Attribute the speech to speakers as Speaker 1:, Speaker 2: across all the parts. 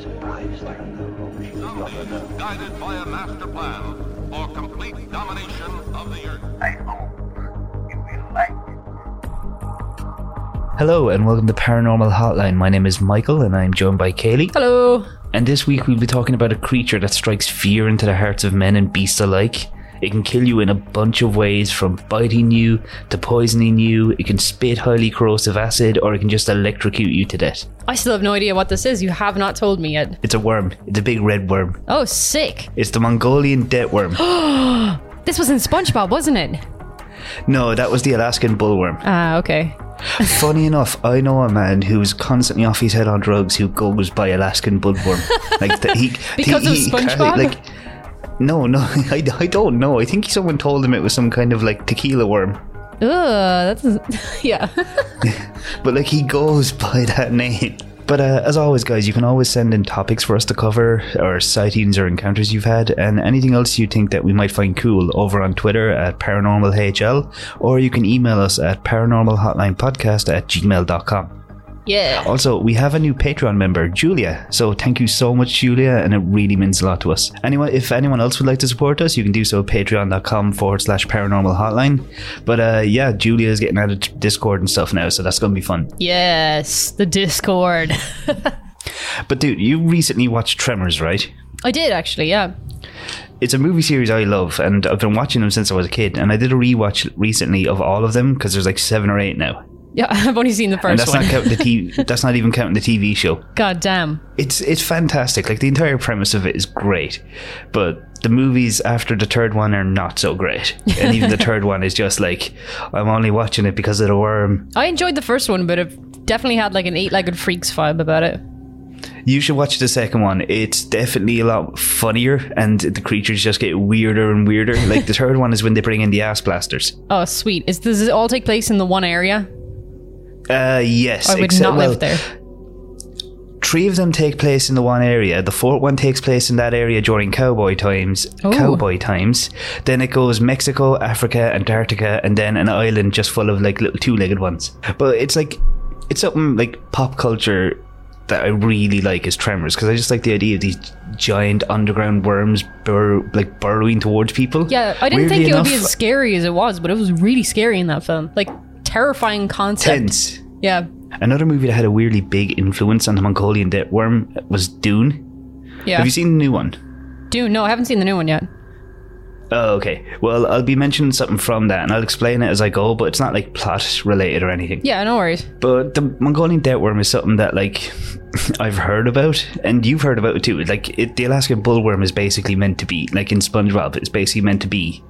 Speaker 1: surprised I
Speaker 2: Zombies, guided by a master plan for complete domination of the Earth.
Speaker 3: Hello and welcome to Paranormal Hotline. My name is Michael and I'm joined by Kaylee.
Speaker 4: Hello.
Speaker 3: And this week we'll be talking about a creature that strikes fear into the hearts of men and beasts alike. It can kill you in a bunch of ways, from biting you to poisoning you. It can spit highly corrosive acid, or it can just electrocute you to death.
Speaker 4: I still have no idea what this is. You have not told me yet.
Speaker 3: It's a worm. It's a big red worm.
Speaker 4: Oh, sick.
Speaker 3: It's the Mongolian debt worm.
Speaker 4: This was in SpongeBob, wasn't it?
Speaker 3: no, that was the Alaskan bullworm.
Speaker 4: Ah, okay.
Speaker 3: Funny enough, I know a man who is constantly off his head on drugs who goes by Alaskan budworm. Like the, he
Speaker 4: Because
Speaker 3: he,
Speaker 4: of
Speaker 3: he
Speaker 4: SpongeBob?
Speaker 3: currently, no, no, I, I don't know. I think someone told him it was some kind of like tequila worm.
Speaker 4: Ugh, that's yeah.
Speaker 3: But like he goes by that name. But uh, as always, guys, you can always send in topics for us to cover, or sightings or encounters you've had, and anything else you think that we might find cool over on Twitter at ParanormalHL, or you can email us at paranormalhotlinepodcast at gmail.com.
Speaker 4: yeah.
Speaker 3: Also, we have a new Patreon member, Julia. So thank you so much, Julia, and it really means a lot to us. Anyone, if anyone else would like to support us, you can do so at patreon.com forward slash paranormal hotline. But uh, yeah, Julia is getting added to Discord and stuff now, so that's going to be fun.
Speaker 4: Yes, the Discord.
Speaker 3: But dude, you recently watched Tremors, right?
Speaker 4: I did actually. Yeah.
Speaker 3: It's a movie series I love, and I've been watching them since I was a kid. And I did a rewatch recently of all of them because there's like seven or eight now,
Speaker 4: Yeah, I've only seen the
Speaker 3: and
Speaker 4: first
Speaker 3: that's
Speaker 4: one.
Speaker 3: not counting the t- that's not even counting the TV show.
Speaker 4: God damn.
Speaker 3: it's it's fantastic. Like the entire premise of it is great, but the movies after the third one are not so great. And even the third one is just like I'm only watching it because of the worm.
Speaker 4: I enjoyed the first one, but it definitely had like an eight-legged freaks vibe about it.
Speaker 3: You should watch the second one. It's definitely a lot funnier, and the creatures just get weirder and weirder. Like the third one is when they bring in the ass blasters.
Speaker 4: Oh, sweet. Is does it all take place in the one area?
Speaker 3: Uh, yes,
Speaker 4: I would
Speaker 3: except-
Speaker 4: not
Speaker 3: well,
Speaker 4: live there.
Speaker 3: Three of them take place in the one area. The fourth one takes place in that area during cowboy times.
Speaker 4: Oh.
Speaker 3: Cowboy times. Then it goes Mexico, Africa, Antarctica, and then an island just full of like little two-legged ones. But it's like it's something like pop culture that I really like is Tremors because I just like the idea of these giant underground worms bur- like burrowing towards people.
Speaker 4: Yeah, I didn't
Speaker 3: Weirdly
Speaker 4: think it would be
Speaker 3: enough,
Speaker 4: as scary as it was, but it was really scary in that film. Like terrifying concept.
Speaker 3: tense.
Speaker 4: Yeah.
Speaker 3: Another movie that had a weirdly big influence on the Mongolian dead worm was Dune.
Speaker 4: Yeah.
Speaker 3: Have you seen the new one?
Speaker 4: Dune. No, I haven't seen the new one yet.
Speaker 3: Oh, okay. Well, I'll be mentioning something from that and I'll explain it as I go, but it's not like plot related or anything.
Speaker 4: Yeah, no worries.
Speaker 3: But the Mongolian dead worm is something that, like, I've heard about and you've heard about it too. Like, it, the Alaskan bullworm is basically meant to be, like in SpongeBob, it's basically meant to be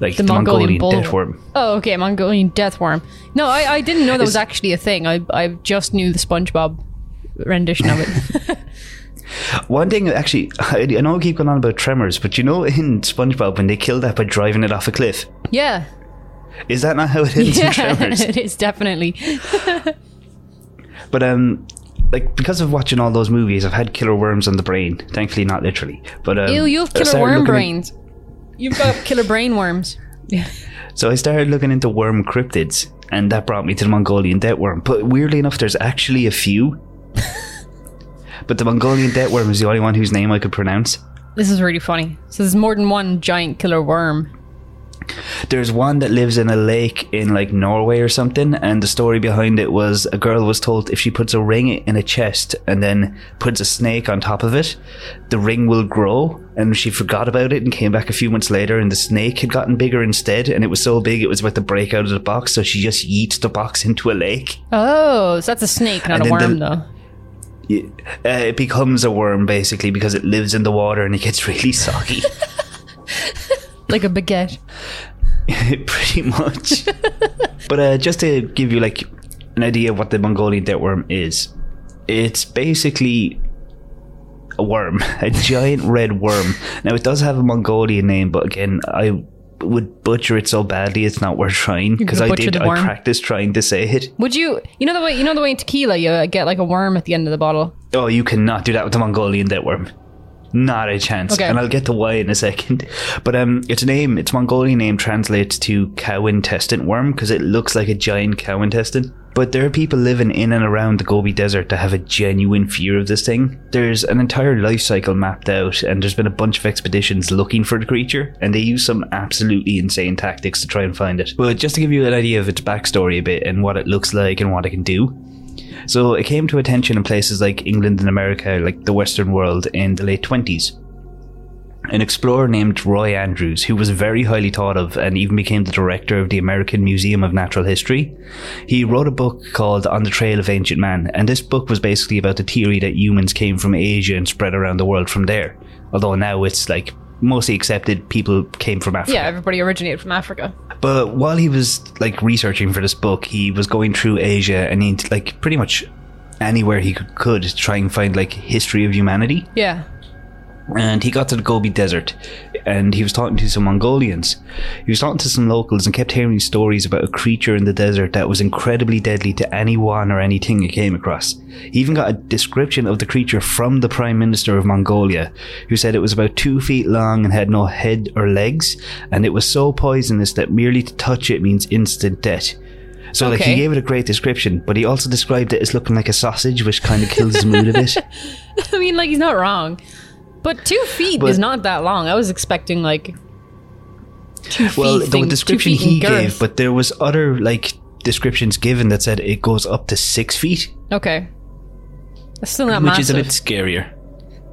Speaker 3: like the,
Speaker 4: The Mongolian
Speaker 3: Mongolian,
Speaker 4: bull-
Speaker 3: dead worm.
Speaker 4: Oh, okay, Mongolian death worm. No, I, I didn't know that was
Speaker 3: It's-
Speaker 4: actually a thing. I, I just knew the SpongeBob rendition of it.
Speaker 3: One thing, actually, I, I know I keep going on about tremors, but you know in SpongeBob when they kill that by driving it off a cliff?
Speaker 4: yeah,
Speaker 3: Is that not how it ends in
Speaker 4: yeah,
Speaker 3: tremors?
Speaker 4: it is definitely.
Speaker 3: But um, like because of watching all those movies, I've had killer worms on the brain. Thankfully, not literally. But um,
Speaker 4: Ew, you have
Speaker 3: I started
Speaker 4: killer worm
Speaker 3: looking in-
Speaker 4: brains. You've got killer brain worms.
Speaker 3: so I started looking into worm cryptids, and that brought me to the Mongolian dead worm. But weirdly enough, there's actually a few. but the Mongolian dead worm is the only one whose name I could pronounce.
Speaker 4: This is really funny. So there's more than one giant killer worm.
Speaker 3: There's one that lives in a lake in like Norway or something, and the story behind it was a girl was told if she puts a ring in a chest and then puts a snake on top of it, the ring will grow. And she forgot about it and came back a few months later, and the snake had gotten bigger instead, and it was so big it was about to break out of the box, so she just yeets the box into a lake.
Speaker 4: Oh, so that's a snake, not
Speaker 3: And
Speaker 4: a
Speaker 3: then the-
Speaker 4: worm, though.
Speaker 3: Y- Uh, it becomes a worm basically because it lives in the water and it gets really soggy,
Speaker 4: Like a baguette.
Speaker 3: pretty much. But uh, just to give you like an idea of what the Mongolian dead worm is, it's basically a worm, a giant red worm. Now it does have a Mongolian name, but again, I would butcher it so badly it's not worth trying because I
Speaker 4: gonna butcher
Speaker 3: did
Speaker 4: the
Speaker 3: I
Speaker 4: worm?
Speaker 3: practiced trying to say it.
Speaker 4: Would you? You know the way. You know the way in tequila, you uh, get like a worm at the end of the bottle.
Speaker 3: Oh, you cannot do that with the Mongolian dead worm. Not a chance.
Speaker 4: Okay.
Speaker 3: And I'll get to why in a second. But um, its name, its Mongolian name translates to cow intestine worm because it looks like a giant cow intestine. But there are people living in and around the Gobi Desert that have a genuine fear of this thing. There's an entire life cycle mapped out, and there's been a bunch of expeditions looking for the creature, and they use some absolutely insane tactics to try and find it. But just to give you an idea of its backstory a bit and what it looks like and what it can do, so it came to attention in places like England and America, like the Western world, in the late 20s. An explorer named Roy Andrews, who was very highly thought of and even became the director of the American Museum of Natural History, he wrote a book called On the Trail of Ancient Man, and this book was basically about the theory that humans came from Asia and spread around the world from there. Although now it's like mostly accepted people came from Africa.
Speaker 4: Yeah, everybody originated from Africa.
Speaker 3: But while he was like researching for this book, he was going through Asia and he like pretty much anywhere he could, could to try and find like history of humanity.
Speaker 4: Yeah.
Speaker 3: And he got to the Gobi Desert and he was talking to some Mongolians. He was talking to some locals and kept hearing stories about a creature in the desert that was incredibly deadly to anyone or anything it came across. He even got a description of the creature from the Prime Minister of Mongolia, who said it was about two feet long and had no head or legs, and it was so poisonous that merely to touch it means instant death. So, like, he
Speaker 4: Okay.
Speaker 3: gave it a great description, but he also described it as looking like a sausage, which kind of kills the mood a bit.
Speaker 4: I mean, like, he's not wrong. But two feet
Speaker 3: But-
Speaker 4: is not that long. I was expecting, like, two
Speaker 3: well
Speaker 4: feet.
Speaker 3: the
Speaker 4: thing- two
Speaker 3: description
Speaker 4: feet in
Speaker 3: he
Speaker 4: girth.
Speaker 3: gave but there was other like descriptions given that said it goes up to six feet
Speaker 4: Okay. That's still not
Speaker 3: which
Speaker 4: massive.
Speaker 3: is a bit scarier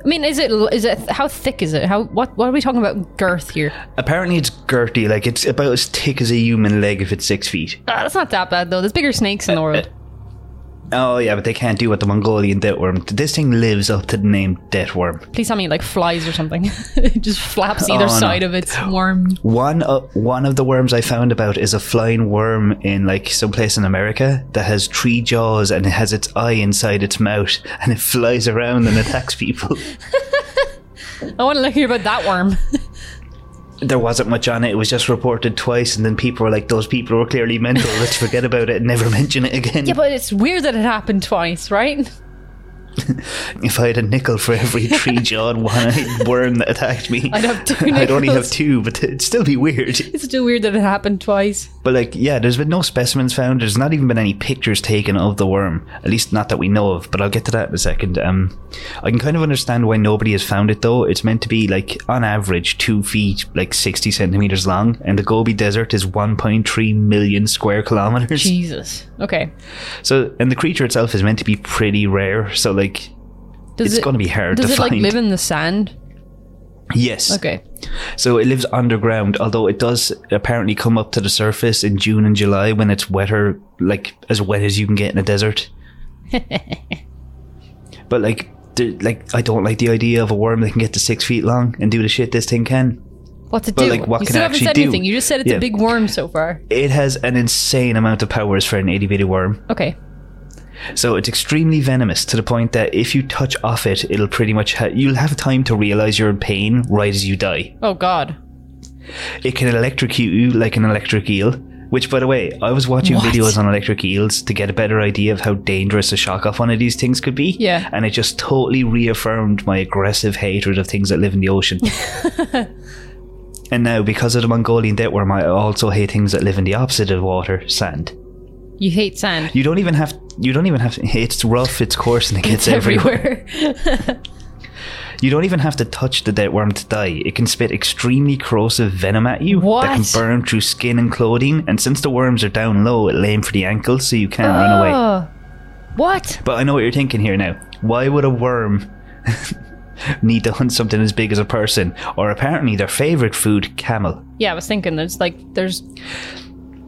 Speaker 4: I mean, is it is it how thick is it? How what what are we talking about girth here? Uh,
Speaker 3: apparently it's girthy like it's about as thick as a human leg if it's six feet
Speaker 4: Ah, that's not that bad though. There's bigger snakes in the world.
Speaker 3: oh yeah but they can't do what the mongolian dead worm this thing lives up to the name dead worm
Speaker 4: Please tell me it, like flies or something. it just flaps either
Speaker 3: Oh, no.
Speaker 4: side of its worm.
Speaker 3: One of, one of the worms I found about is a flying worm in like some place in America that has three jaws and it has its eye inside its mouth and it flies around and attacks people.
Speaker 4: I want to hear about that worm.
Speaker 3: there wasn't much on it. It was just reported twice, and then people were like, "Those people were clearly mental. Let's forget about it and never mention it again."
Speaker 4: yeah, but it's weird that it happened twice, right?
Speaker 3: if I had a nickel for every three-jawed one-eyed worm that attacked me,
Speaker 4: I'd have two
Speaker 3: I'd only have
Speaker 4: nickels.
Speaker 3: two, but it'd still be weird.
Speaker 4: It's still weird that it happened twice.
Speaker 3: But like, yeah, there's been no specimens found. There's not even been any pictures taken of the worm, at least not that we know of. But I'll get to that in a second. Um, I can kind of understand why nobody has found it though. It's meant to be like, on average, two feet, like sixty centimeters long, and the Gobi Desert is 1.3 million square kilometers.
Speaker 4: Jesus. Okay.
Speaker 3: So, and the creature itself is meant to be pretty rare. So, like,
Speaker 4: Does
Speaker 3: It's gonna be hard
Speaker 4: Does
Speaker 3: to
Speaker 4: it like
Speaker 3: find.
Speaker 4: live in the sand?
Speaker 3: yes.
Speaker 4: Okay.
Speaker 3: So it lives underground, although it does apparently come up to the surface in June and July when it's wetter, like as wet as you can get in a desert. but like, the, like I don't like the idea of a worm that can get to six feet long and do the shit this thing can.
Speaker 4: What's it
Speaker 3: But,
Speaker 4: do?
Speaker 3: like, what
Speaker 4: you
Speaker 3: can it
Speaker 4: still haven't
Speaker 3: actually
Speaker 4: said
Speaker 3: do?
Speaker 4: anything. You just said it's
Speaker 3: Yeah.
Speaker 4: a big worm so far.
Speaker 3: It has an insane amount of powers for an 80 bitty worm.
Speaker 4: Okay.
Speaker 3: So it's extremely venomous to the point that if you touch off it, it'll pretty much ha- you'll have time to realize you're in pain right as you die.
Speaker 4: Oh God.
Speaker 3: It can electrocute you like an electric eel. Which, by the way, I was watching
Speaker 4: What?
Speaker 3: videos on electric eels to get a better idea of how dangerous a shock off one of these things could be.
Speaker 4: Yeah.
Speaker 3: And it just totally reaffirmed my aggressive hatred of things that live in the ocean. and now, because of the Mongolian dead worm, I also hate things that live in the opposite of water, sand.
Speaker 4: You hate sand.
Speaker 3: You don't even have. You don't even have. It's rough. It's coarse, and it gets
Speaker 4: it's everywhere.
Speaker 3: You don't even have to touch the dead worm to die. It can spit extremely corrosive venom at you that can
Speaker 4: What?
Speaker 3: burn through skin and clothing. And since the worms are down low, it'll aim for the ankles so you can't run away.
Speaker 4: Oh. What?
Speaker 3: But I know what you're thinking here now. Why would a worm need to hunt something as big as a person? Or apparently their favorite food, camel.
Speaker 4: Yeah, I was thinking there's like there's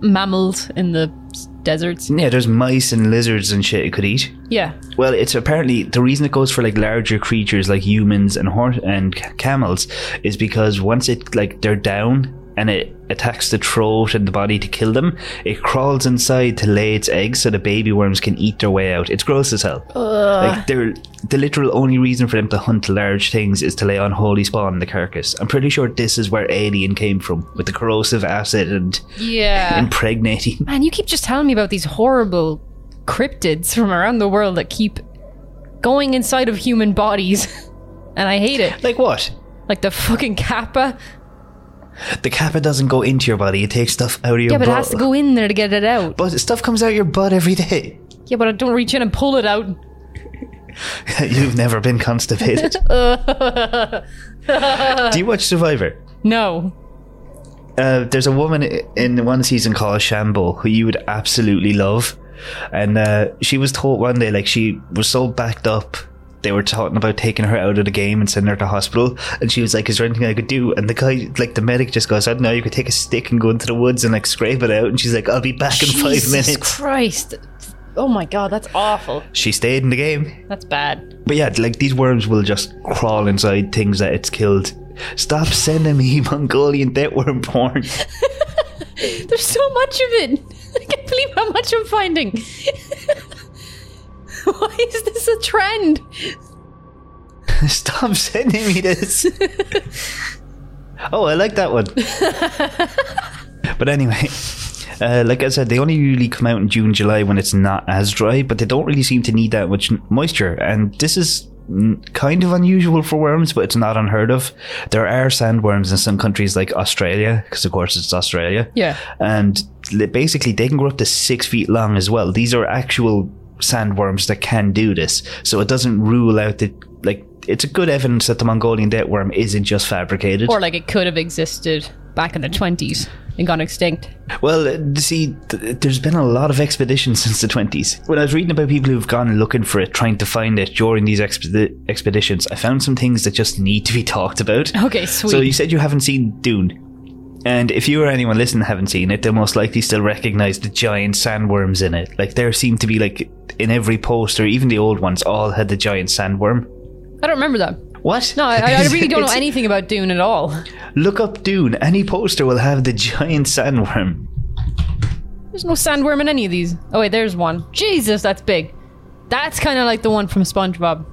Speaker 4: mammals in the s- deserts.
Speaker 3: Yeah, there's mice and lizards and shit it could eat.
Speaker 4: Yeah.
Speaker 3: Well, it's apparently the reason it goes for like larger creatures like humans and hor- and c- camels is because once it like they're down and it attacks the throat and the body to kill them, it crawls inside to lay its eggs so the baby worms can eat their way out. It's gross as hell. Like they're the literal only reason for them to hunt large things is to lay unholy spawn in the carcass. I'm pretty sure this is where Alien came from with the corrosive acid and
Speaker 4: Yeah.
Speaker 3: impregnating.
Speaker 4: Man, you keep just telling me about these horrible cryptids from around the world that keep going inside of human bodies. And I hate it.
Speaker 3: Like what?
Speaker 4: Like the fucking kappa.
Speaker 3: The kappa doesn't go into your body; it takes stuff out of your.
Speaker 4: Yeah, but it
Speaker 3: butt.
Speaker 4: has to go in there to get it out.
Speaker 3: But stuff comes out your butt every day.
Speaker 4: Yeah, but I don't reach in and pull it out.
Speaker 3: You've never been constipated.
Speaker 4: Uh.
Speaker 3: Do you watch Survivor?
Speaker 4: No.
Speaker 3: Uh, there's a woman i- in one season called Shambo who you would absolutely love, and uh, she was told one day like she was so backed up. They were talking about taking her out of the game and sending her to hospital, and she was like, "Is there anything I could do?" And the guy, like the medic, just goes, "I don't know. You could take a stick and go into the woods and like scrape it out." And she's like, "I'll be back in five
Speaker 4: Jesus
Speaker 3: minutes."
Speaker 4: Christ. Oh my god, that's awful.
Speaker 3: She stayed in the game.
Speaker 4: That's bad.
Speaker 3: But yeah, like these worms will just crawl inside things that it's killed. Stop sending me Mongolian deadworm porn.
Speaker 4: There's so much of it. I can't believe how much I'm finding. Why is this a trend?
Speaker 3: Stop sending me this. oh, I like that one. but anyway, uh, like I said, they only really come out in June, July when it's not as dry, but they don't really seem to need that much n- moisture. And this is mm, kind of unusual for worms, but it's not unheard of. There are sandworms in some countries like Australia, because of course it's Australia.
Speaker 4: Yeah.
Speaker 3: and li- basically they can grow up to six feet long as well. These are actual sandworms that can do this, so it doesn't rule out that like it's a good evidence that the Mongolian deadworm isn't just fabricated.
Speaker 4: Or like it could have existed back in the 20s and gone extinct.
Speaker 3: well, uh, see, th- there's been a lot of expeditions since the twenties. When I was reading about people who've gone looking for it, trying to find it during these expedi- expeditions, I found some things that just need to be talked about.
Speaker 4: Okay, sweet.
Speaker 3: So you said you haven't seen Dune. And if you or anyone listening haven't seen it, they'll most likely still recognize the giant sandworms in it. Like there seem to be like in every poster, even the old ones, all had the giant sandworm.
Speaker 4: I don't remember that.
Speaker 3: What?
Speaker 4: No, I, I really don't know
Speaker 3: It's-
Speaker 4: anything about Dune at all.
Speaker 3: Look up Dune. Any poster will have the giant sandworm.
Speaker 4: There's no sandworm in any of these. Oh wait, there's one. Jesus, that's big. That's kind of like the one from SpongeBob.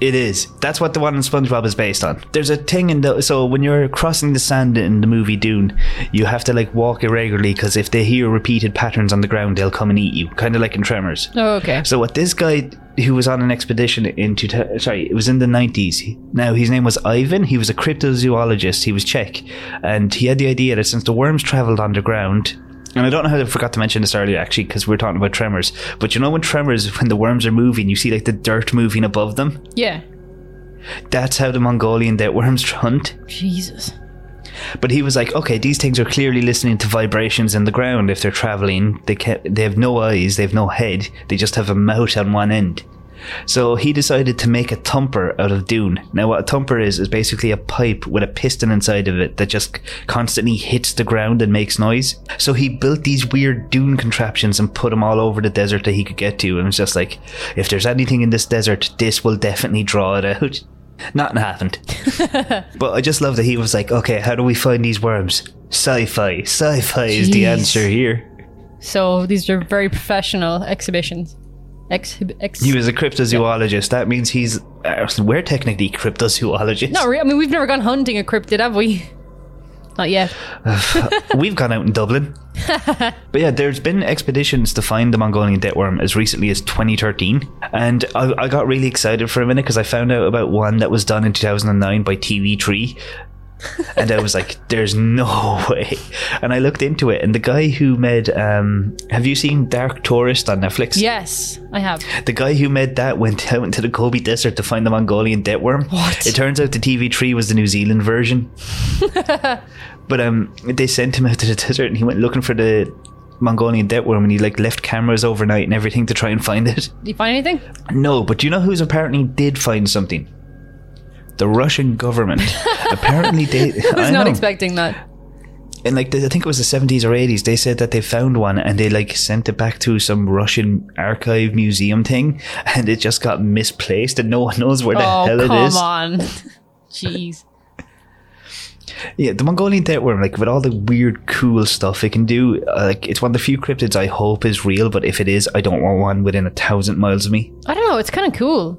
Speaker 3: It is. That's what the one in SpongeBob is based on. There's a thing in the so when you're crossing the sand in the movie Dune, you have to like walk irregularly because if they hear repeated patterns on the ground, they'll come and eat you. Kind of like in Tremors.
Speaker 4: Oh, okay.
Speaker 3: So what this guy who was on an expedition in two, sorry, it was in the nineties. Now his name was Ivan. He was a cryptozoologist. He was Czech, and he had the idea that since the worms traveled underground. And I don't know how I forgot to mention this earlier, actually, because we were talking about tremors. But you know, when tremors, when the worms are moving, you see like the dirt moving above them.
Speaker 4: Yeah.
Speaker 3: That's how the Mongolian deadworms hunt.
Speaker 4: Jesus.
Speaker 3: But he was like, okay, these things are clearly listening to vibrations in the ground if they're traveling. They ca they have no eyes, they have no head, they just have a mouth on one end. So he decided to make a thumper out of Dune. Now, what a thumper is, is basically a pipe with a piston inside of it that just constantly hits the ground and makes noise. So he built these weird Dune contraptions and put them all over the desert that he could get to. And it's just like, if there's anything in this desert, this will definitely draw it out. Nothing happened. But I just love that he was like, okay, how do we find these worms? Sci fi. Sci fi is the
Speaker 4: Jeez.
Speaker 3: answer here.
Speaker 4: So these are very professional exhibitions. Exhib- ex-
Speaker 3: He was a cryptozoologist. That means he's. Uh, we're technically cryptozoologists.
Speaker 4: Not re- I mean, we've never gone hunting a cryptid, have we? Not yet.
Speaker 3: We've gone out in Dublin. but yeah, there's been expeditions to find the Mongolian deadworm as recently as 2013. And I, I got really excited for a minute because I found out about one that was done in 2009 by TV3. and I was like, there's no way. And I looked into it, and the guy who made. Um, have you seen Dark Tourist on Netflix?
Speaker 4: Yes, I have.
Speaker 3: The guy who made that went out into the Gobi Desert to find the Mongolian deadworm.
Speaker 4: What?
Speaker 3: It turns out the TV3 was the New Zealand version. but um, they sent him out to the desert and he went looking for the Mongolian deadworm and he like left cameras overnight and everything to try and find it.
Speaker 4: Did you find anything?
Speaker 3: No, but do you know who's apparently did find something? The Russian government. apparently they
Speaker 4: I was
Speaker 3: I
Speaker 4: not
Speaker 3: know
Speaker 4: expecting that.
Speaker 3: in like the, I think it was the seventies or eighties, they said that they found one and they like sent it back to some Russian archive museum thing, and it just got misplaced and no one knows where the
Speaker 4: oh,
Speaker 3: hell it
Speaker 4: come
Speaker 3: is.
Speaker 4: on. Jeez.
Speaker 3: Yeah, the Mongolian deadworm, like with all the weird, cool stuff it can do, uh, like it's one of the few cryptids I hope is real. But if it is, I don't want one within a thousand miles of me.
Speaker 4: I don't know. It's kind of cool.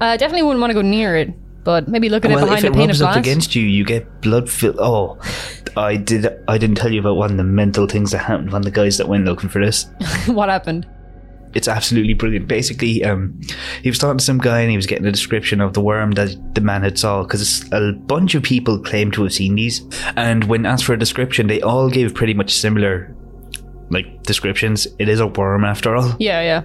Speaker 4: I definitely wouldn't want to go near it, but maybe look at it
Speaker 3: well,
Speaker 4: behind
Speaker 3: if it
Speaker 4: a pane of
Speaker 3: rubs up
Speaker 4: glass.
Speaker 3: against you, you get blood. Fil- oh, I did. I didn't tell you about one of the mental things that happened. One of the guys that went looking for this.
Speaker 4: what happened?
Speaker 3: it's absolutely brilliant. Basically, um, he was talking to some guy and he was getting a description of the worm that the man had saw because a bunch of people claim to have seen these, and when asked for a description, they all gave pretty much similar. Like descriptions, it is a worm after all.
Speaker 4: Yeah, yeah.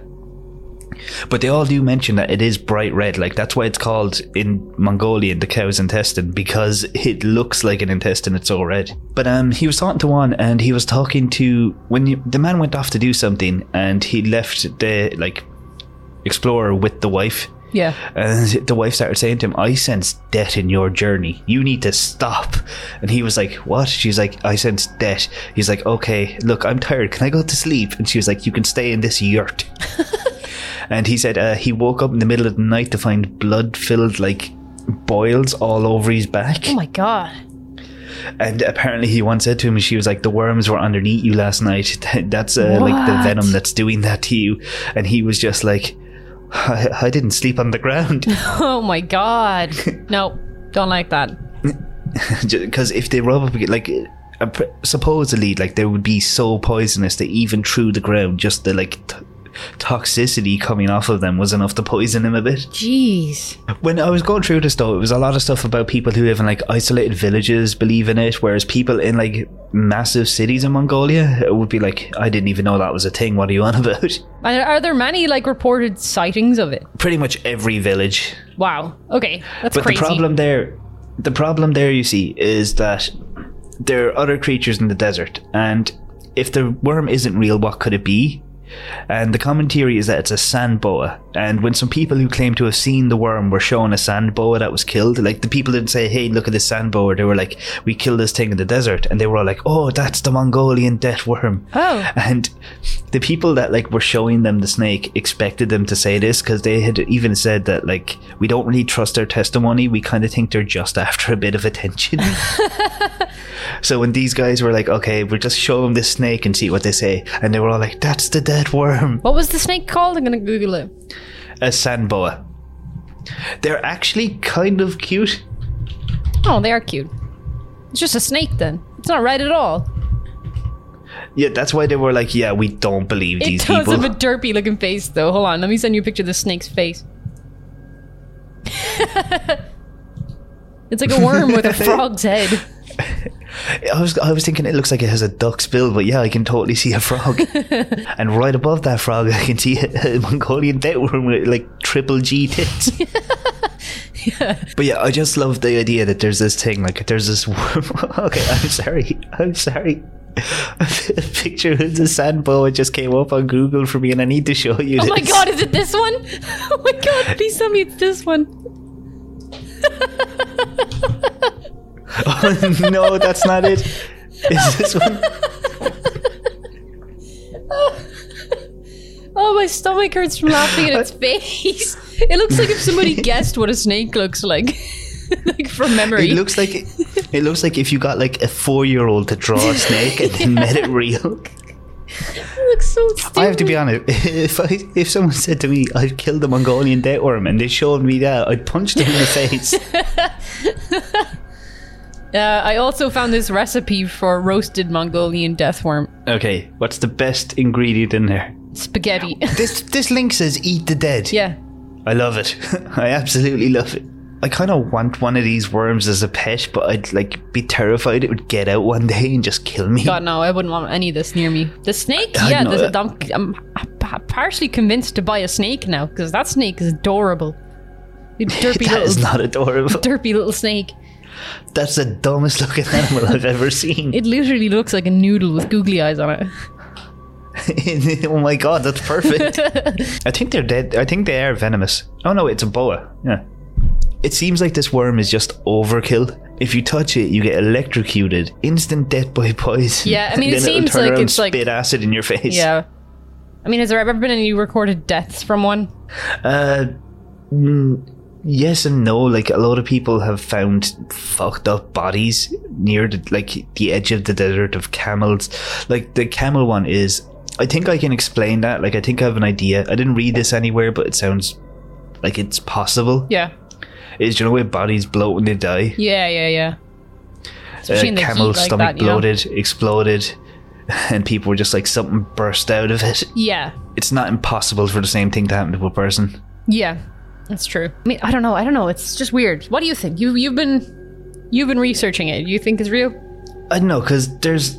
Speaker 3: But they all do mention that it is bright red. Like that's why it's called in Mongolian the cow's intestine because it looks like an intestine. It's so red. But um, he was talking to one, and he was talking to when you, the man went off to do something, and he left the like explorer with the wife.
Speaker 4: Yeah.
Speaker 3: And the wife started saying to him, I sense death in your journey. You need to stop. And he was like, What? She's like, I sense death. He's like, Okay, look, I'm tired. Can I go to sleep? And she was like, You can stay in this yurt. and he said uh, he woke up in the middle of the night to find blood filled, like, boils all over his back.
Speaker 4: Oh my god.
Speaker 3: And apparently, he once said to him, she was like, "The worms were underneath you last night. That's uh, like the
Speaker 4: What?
Speaker 3: venom that's doing that to you." And he was just like, "I, I didn't sleep on the ground."
Speaker 4: Oh my god. no, don't like that.
Speaker 3: because if they rub up against, like uh, pr- supposedly like they would be so poisonous that even through the ground just the like t- toxicity coming off of them was enough to poison him a bit
Speaker 4: Jeez.
Speaker 3: when i was going through this though it was a lot of stuff about people who live in like isolated villages believe in it whereas people in like massive cities in mongolia it would be like i didn't even know that was a thing what are you on about
Speaker 4: And are there many like reported sightings of it?
Speaker 3: pretty much every village
Speaker 4: Wow. Okay, that's
Speaker 3: But
Speaker 4: crazy.
Speaker 3: the problem there, the problem there, you see, is that there are other creatures in the desert, and if the worm isn't real, what could it be? And the common theory is that it's a sand boa. And when some people who claim to have seen the worm were shown a sand boa that was killed, like the people didn't say, "Hey, look at this sand boa." They were like, "We killed this thing in the desert," and they were all like, "Oh, that's the Mongolian death worm."
Speaker 4: Oh.
Speaker 3: And the people that like were showing them the snake expected them to say this because they had even said that like we don't really trust their testimony. We kind of think they're just after a bit of attention. so when these guys were like, okay, we'll just show them this snake and see what they say, and they were all like, that's the dead worm,
Speaker 4: What was the snake called? I'm gonna Google it.
Speaker 3: a sand boa. They're actually kind of cute.
Speaker 4: Oh, they are cute. It's just a snake then. It's not right at all.
Speaker 3: Yeah, that's why they were like, yeah, we don't believe
Speaker 4: It
Speaker 3: these
Speaker 4: does
Speaker 3: people.
Speaker 4: have a derpy looking face though. Hold on, let me send you a picture of the snake's face. it's like a worm with a frog's head.
Speaker 3: I was I was thinking it looks like it has a duck's bill, but yeah, I can totally see a frog. and right above that frog, I can see a, a Mongolian dead worm with like triple G tits.
Speaker 4: Oh
Speaker 3: But yeah, I just love the idea that there's this thing like there's this worm. okay, I'm sorry, I'm sorry. A picture of the sand boa just came up on Google for me, and I need to show you.
Speaker 4: Oh my
Speaker 3: this.
Speaker 4: god, is it this one? Oh my god, please tell me it's this one.
Speaker 3: Oh, no, that's not it. Is this one?
Speaker 4: Oh, my stomach hurts from laughing at its face. It looks like if somebody guessed what a snake looks like, like from memory.
Speaker 3: It looks like it looks like if you got like a four year old to draw a snake and then made it real.
Speaker 4: It looks so stupid.
Speaker 3: I have to be honest. If I, if someone said to me, "I've killed a Mongolian dead worm," and they showed me that, I'd punch them in the face.
Speaker 4: Uh, I also found this recipe for roasted Mongolian death worm
Speaker 3: Okay, what's the best ingredient in there?
Speaker 4: spaghetti.
Speaker 3: This this link says "eat the dead."
Speaker 4: yeah.
Speaker 3: I love it. I absolutely love it. I kind of want one of these worms as a pet, but I'd like be terrified it would get out one day and just kill me.
Speaker 4: God, no, I wouldn't want any of this near me. The snake?
Speaker 3: I
Speaker 4: yeah,
Speaker 3: know
Speaker 4: this,
Speaker 3: that.
Speaker 4: I'm, I'm pa- partially convinced to buy a snake now because that snake is adorable. You derpy
Speaker 3: that
Speaker 4: little,
Speaker 3: is not adorable.
Speaker 4: derpy little snake.
Speaker 3: That's the dumbest looking animal I've ever seen.
Speaker 4: It literally looks like a noodle with googly eyes on it.
Speaker 3: oh my god, that's perfect. I think they're dead. I think they are venomous. Oh no, it's a boa. Yeah. It seems like this worm is just overkill. If you touch it, you get electrocuted, instant death by poison.
Speaker 4: Yeah, I mean, it
Speaker 3: Then it'll
Speaker 4: seems
Speaker 3: turn
Speaker 4: like
Speaker 3: around and
Speaker 4: it's like-
Speaker 3: spit acid in your face.
Speaker 4: Yeah. I mean, has there ever been any recorded deaths from one?
Speaker 3: Uh, mm, yes and no. Like a lot of people have found fucked up bodies near the, like the edge of the desert of camels. Like the camel one is. I think I can explain that. Like I think I have an idea. I didn't read this anywhere, but it sounds like it's possible.
Speaker 4: Yeah.
Speaker 3: Is you know where bodies bloat when they die?
Speaker 4: Yeah, yeah, yeah.
Speaker 3: Uh,
Speaker 4: Especially in the heat
Speaker 3: camel's
Speaker 4: like
Speaker 3: stomach
Speaker 4: that, you know?
Speaker 3: bloated, exploded, and people were just like something burst out of it.
Speaker 4: Yeah.
Speaker 3: it's not impossible for the same thing to happen to a person.
Speaker 4: Yeah, that's true. I mean, I don't know. I don't know. It's just weird. What do you think? You you've been you've been researching it. You think it's real?
Speaker 3: I don't know because there's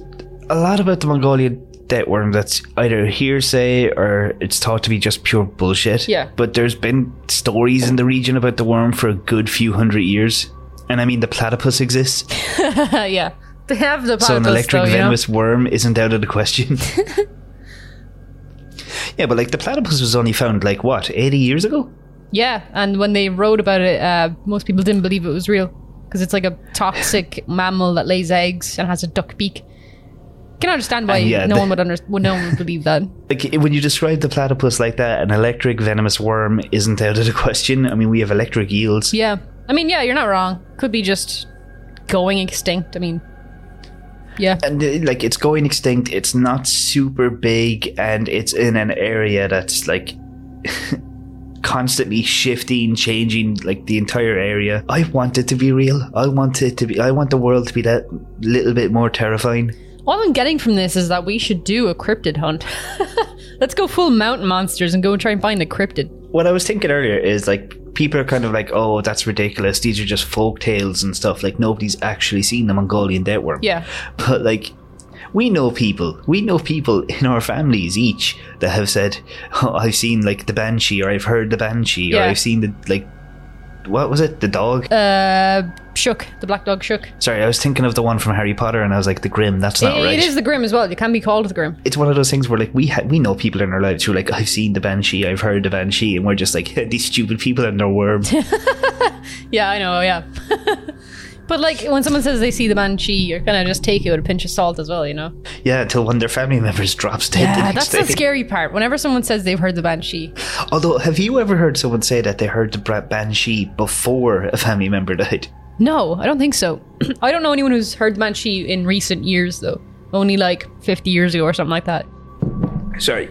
Speaker 3: a lot about the Mongolian debt worm that's either hearsay or it's thought to be just pure bullshit.
Speaker 4: Yeah.
Speaker 3: But there's been stories in the region about the worm for a good few hundred years, and I mean the platypus exists,
Speaker 4: yeah. They have the platypus,
Speaker 3: so an electric
Speaker 4: though, you know?
Speaker 3: venomous worm isn't out of the question. yeah, but like the platypus was only found like what eighty years ago.
Speaker 4: Yeah, and when they wrote about it, uh, most people didn't believe it was real because it's like a toxic mammal that lays eggs and has a duck beak. Can understand why
Speaker 3: And yeah,
Speaker 4: no
Speaker 3: the-
Speaker 4: one would under- well, no one would believe that.
Speaker 3: Like it- when you describe the platypus like that, an electric venomous worm isn't out of the question. I mean, we have electric eels.
Speaker 4: Yeah, I mean, yeah, you're not wrong. Could be just going extinct. I mean, yeah,
Speaker 3: and uh, like it's going extinct it's not super big and it's in an area that's like constantly shifting changing like the entire area i want it to be real i want it to be i want the world to be that little bit more terrifying
Speaker 4: All I'm getting from this is that we should do a cryptid hunt. Let's go full mountain monsters and go and try and find the cryptid.
Speaker 3: what i was thinking earlier is like people are kind of like oh that's ridiculous these are just folk tales and stuff like nobody's actually seen the mongolian dead worm
Speaker 4: Yeah.
Speaker 3: but like we know people we know people in our families each that have said oh, i've seen like the banshee or i've heard the banshee or
Speaker 4: Yeah.
Speaker 3: i've seen the like what was it the dog
Speaker 4: Uh, shook. The black dog shook.
Speaker 3: sorry i was thinking of the one from harry potter and i was like the grim that's not
Speaker 4: It-
Speaker 3: right
Speaker 4: it is the Grim as well. It can be called the Grim.
Speaker 3: it's one of those things where like we ha- we know people in our lives who are like i've seen the banshee i've heard the banshee and we're just like these stupid people and their worm
Speaker 4: Yeah, I know. Yeah. but like when someone says they see the banshee, you're gonna just take it with a pinch of salt as well, you know.
Speaker 3: yeah until one of their family members drops dead the next
Speaker 4: Yeah, Ah, that's the
Speaker 3: day.
Speaker 4: scary part. Whenever someone says they've heard the banshee,
Speaker 3: although have you ever heard someone say that they heard the bra- banshee before a family member died
Speaker 4: no, I don't think so. I don't know anyone who's heard the banshee in recent years though. Only like 50 years ago or something like that.
Speaker 3: sorry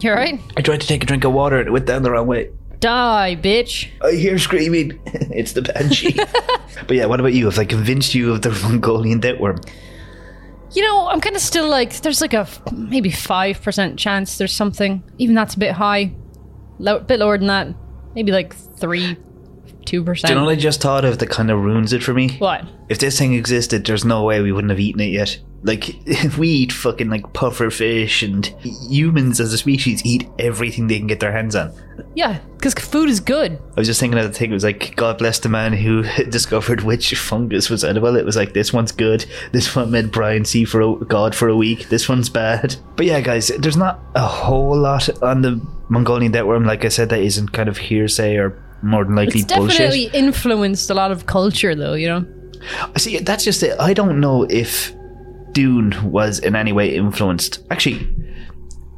Speaker 4: You're right.
Speaker 3: I tried to take a drink of water and it went down the wrong way.
Speaker 4: Die, bitch.
Speaker 3: I hear screaming. it's the banshee. but yeah, what about you? Have I convinced you of the Mongolian dead worm?
Speaker 4: You know, I'm kind of still like, there's like a f- maybe 5% chance there's something. Even that's a bit high. Low, bit lower than that. Maybe like 3, 2%.
Speaker 3: You know what I just thought of that kind of ruins it for me?
Speaker 4: what?
Speaker 3: If this thing existed, there's no way we wouldn't have eaten it yet. Like, we eat fucking like puffer fish and humans as a species eat everything they can get their hands on.
Speaker 4: Yeah, because food is good.
Speaker 3: I was just thinking of the thing, it was like, God bless the man who discovered which fungus was edible. It was like, this one's good, this one made Brian see for a, God for a week, this one's bad. But yeah, guys, there's not a whole lot on the Mongolian dead worm, like I said, that isn't kind of hearsay or more than likely
Speaker 4: It's definitely
Speaker 3: bullshit.
Speaker 4: influenced a lot of culture, though, you know?
Speaker 3: See, that's just it. I don't know if Dune was in any way influenced. Actually,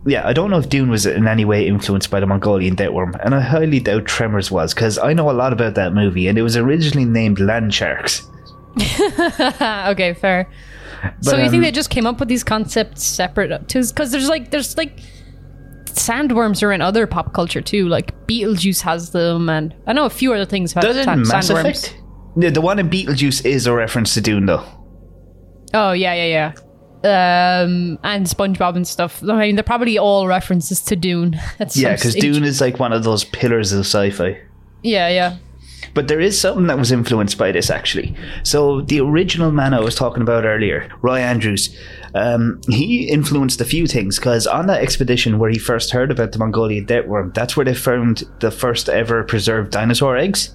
Speaker 3: yeah, I don't know if Dune was in any way influenced by the Mongolian dead worm, and I highly doubt Tremors was, because I know a lot about that movie, and it was originally named Land Sharks.
Speaker 4: Ah, okay, fair. so you
Speaker 3: um,
Speaker 4: think they just came up with these concepts separate? Because there's like, there's like, sandworms are in other pop culture too. Like Beetlejuice has them, and I know a few other things have
Speaker 3: Doesn't
Speaker 4: sa-
Speaker 3: Mass
Speaker 4: sandworms.
Speaker 3: Effect? No, the one in Beetlejuice is a reference to Dune, though.
Speaker 4: Oh yeah, yeah, yeah. Um, and SpongeBob and stuff. I mean, they're probably all references to Dune. At some
Speaker 3: Yeah, because
Speaker 4: stage.
Speaker 3: Dune is like one of those pillars of sci-fi.
Speaker 4: Yeah, yeah.
Speaker 3: But there is something that was influenced by this, actually. So the original man I was talking about earlier, Roy Andrews, um, he influenced a few things because on that expedition where he first heard about the Mongolian dead worm, that's where they found the first ever preserved dinosaur eggs,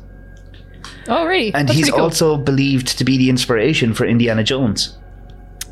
Speaker 4: Oh really?
Speaker 3: and
Speaker 4: That's
Speaker 3: he's
Speaker 4: pretty cool.
Speaker 3: also believed to be the inspiration for Indiana Jones.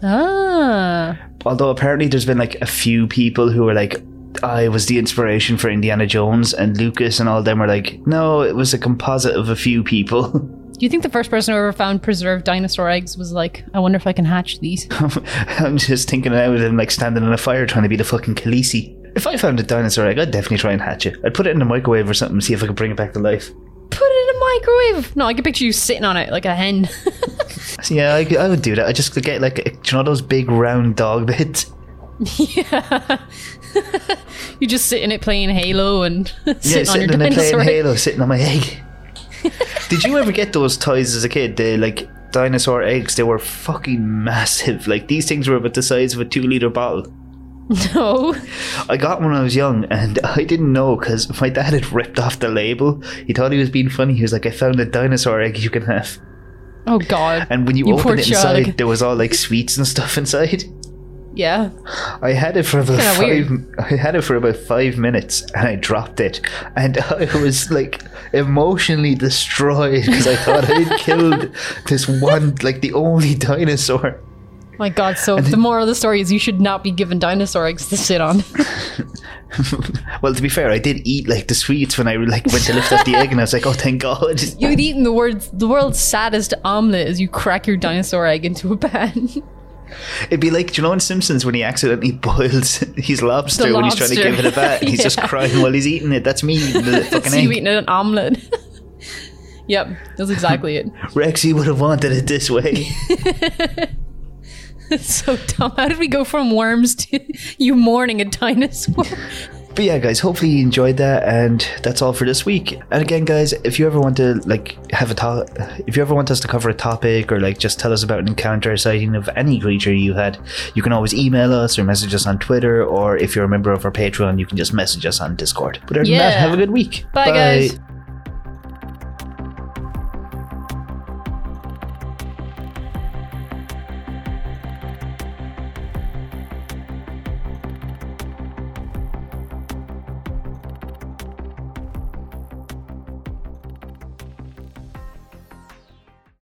Speaker 4: ah.
Speaker 3: although apparently there's been like a few people who were like I was the inspiration for Indiana Jones and Lucas and all them were like no it was a composite of a few people
Speaker 4: Do you think the first person who ever found preserved dinosaur eggs was like, I wonder if I can hatch these?
Speaker 3: I'm just thinking now of them like standing in a fire trying to be the fucking Khaleesi if I found a dinosaur egg I'd definitely try and hatch it I'd put it in the microwave or something and see if I could bring it back to life
Speaker 4: Put it in a microwave. No, I can picture you sitting on it like a hen.
Speaker 3: so yeah I, I would do that I'd just get like eh, do you know those big round dog bits
Speaker 4: yeah. you just sit in it playing Halo and
Speaker 3: yeah
Speaker 4: sitting on your
Speaker 3: sitting in a
Speaker 4: dinosaur
Speaker 3: playing
Speaker 4: egg.
Speaker 3: Halo sitting on my egg Did you ever get those toys as a kid? The like dinosaur eggs, they were fucking massive. Like these things were about the size of a two liter bottle.
Speaker 4: No.
Speaker 3: I got one when I was young, and I didn't know because my dad had ripped off the label. He thought he was being funny. He was like, "I found a dinosaur egg you can have."
Speaker 4: Oh God.
Speaker 3: And when you,
Speaker 4: You poor
Speaker 3: opened it
Speaker 4: child.
Speaker 3: inside, there was all like sweets and stuff inside.
Speaker 4: yeah.
Speaker 3: I had it for about
Speaker 4: kinda
Speaker 3: five.
Speaker 4: weird.
Speaker 3: I had it for about five minutes, and I dropped it, and I was like emotionally destroyed because I thought I had killed this one, like the only dinosaur.
Speaker 4: My God. So the moral of the story is you should not be given dinosaur eggs to sit on.
Speaker 3: well, to be fair, I did eat like the sweets when I like went to lift up the egg, and I was like, "Oh, thank God!"
Speaker 4: You'd eaten the words the world's saddest omelet as you crack your dinosaur egg into a pan.
Speaker 3: It'd be like, do you know in Simpsons when he accidentally boils his lobster
Speaker 4: The
Speaker 3: when he's trying to
Speaker 4: lobster.
Speaker 3: give it a bat, and he's just
Speaker 4: Yeah.
Speaker 3: crying while he's eating it. That's me, eating the fucking
Speaker 4: so you
Speaker 3: egg.
Speaker 4: eating an omelet. yep, that's exactly it.
Speaker 3: Rexy would have wanted it this way.
Speaker 4: so dumb. How did we go from worms to you mourning a dinosaur?
Speaker 3: But yeah, guys, hopefully you enjoyed that, and that's all for this week. And again, guys, if you ever want to like have a to- if you ever want us to cover a topic or like just tell us about an encounter sighting of any creature you had, you can always email us or message us on Twitter, or if you're a member of our Patreon, you can just message us on Discord. But other than that,
Speaker 4: Yeah.
Speaker 3: have a good week.
Speaker 4: Bye, guys.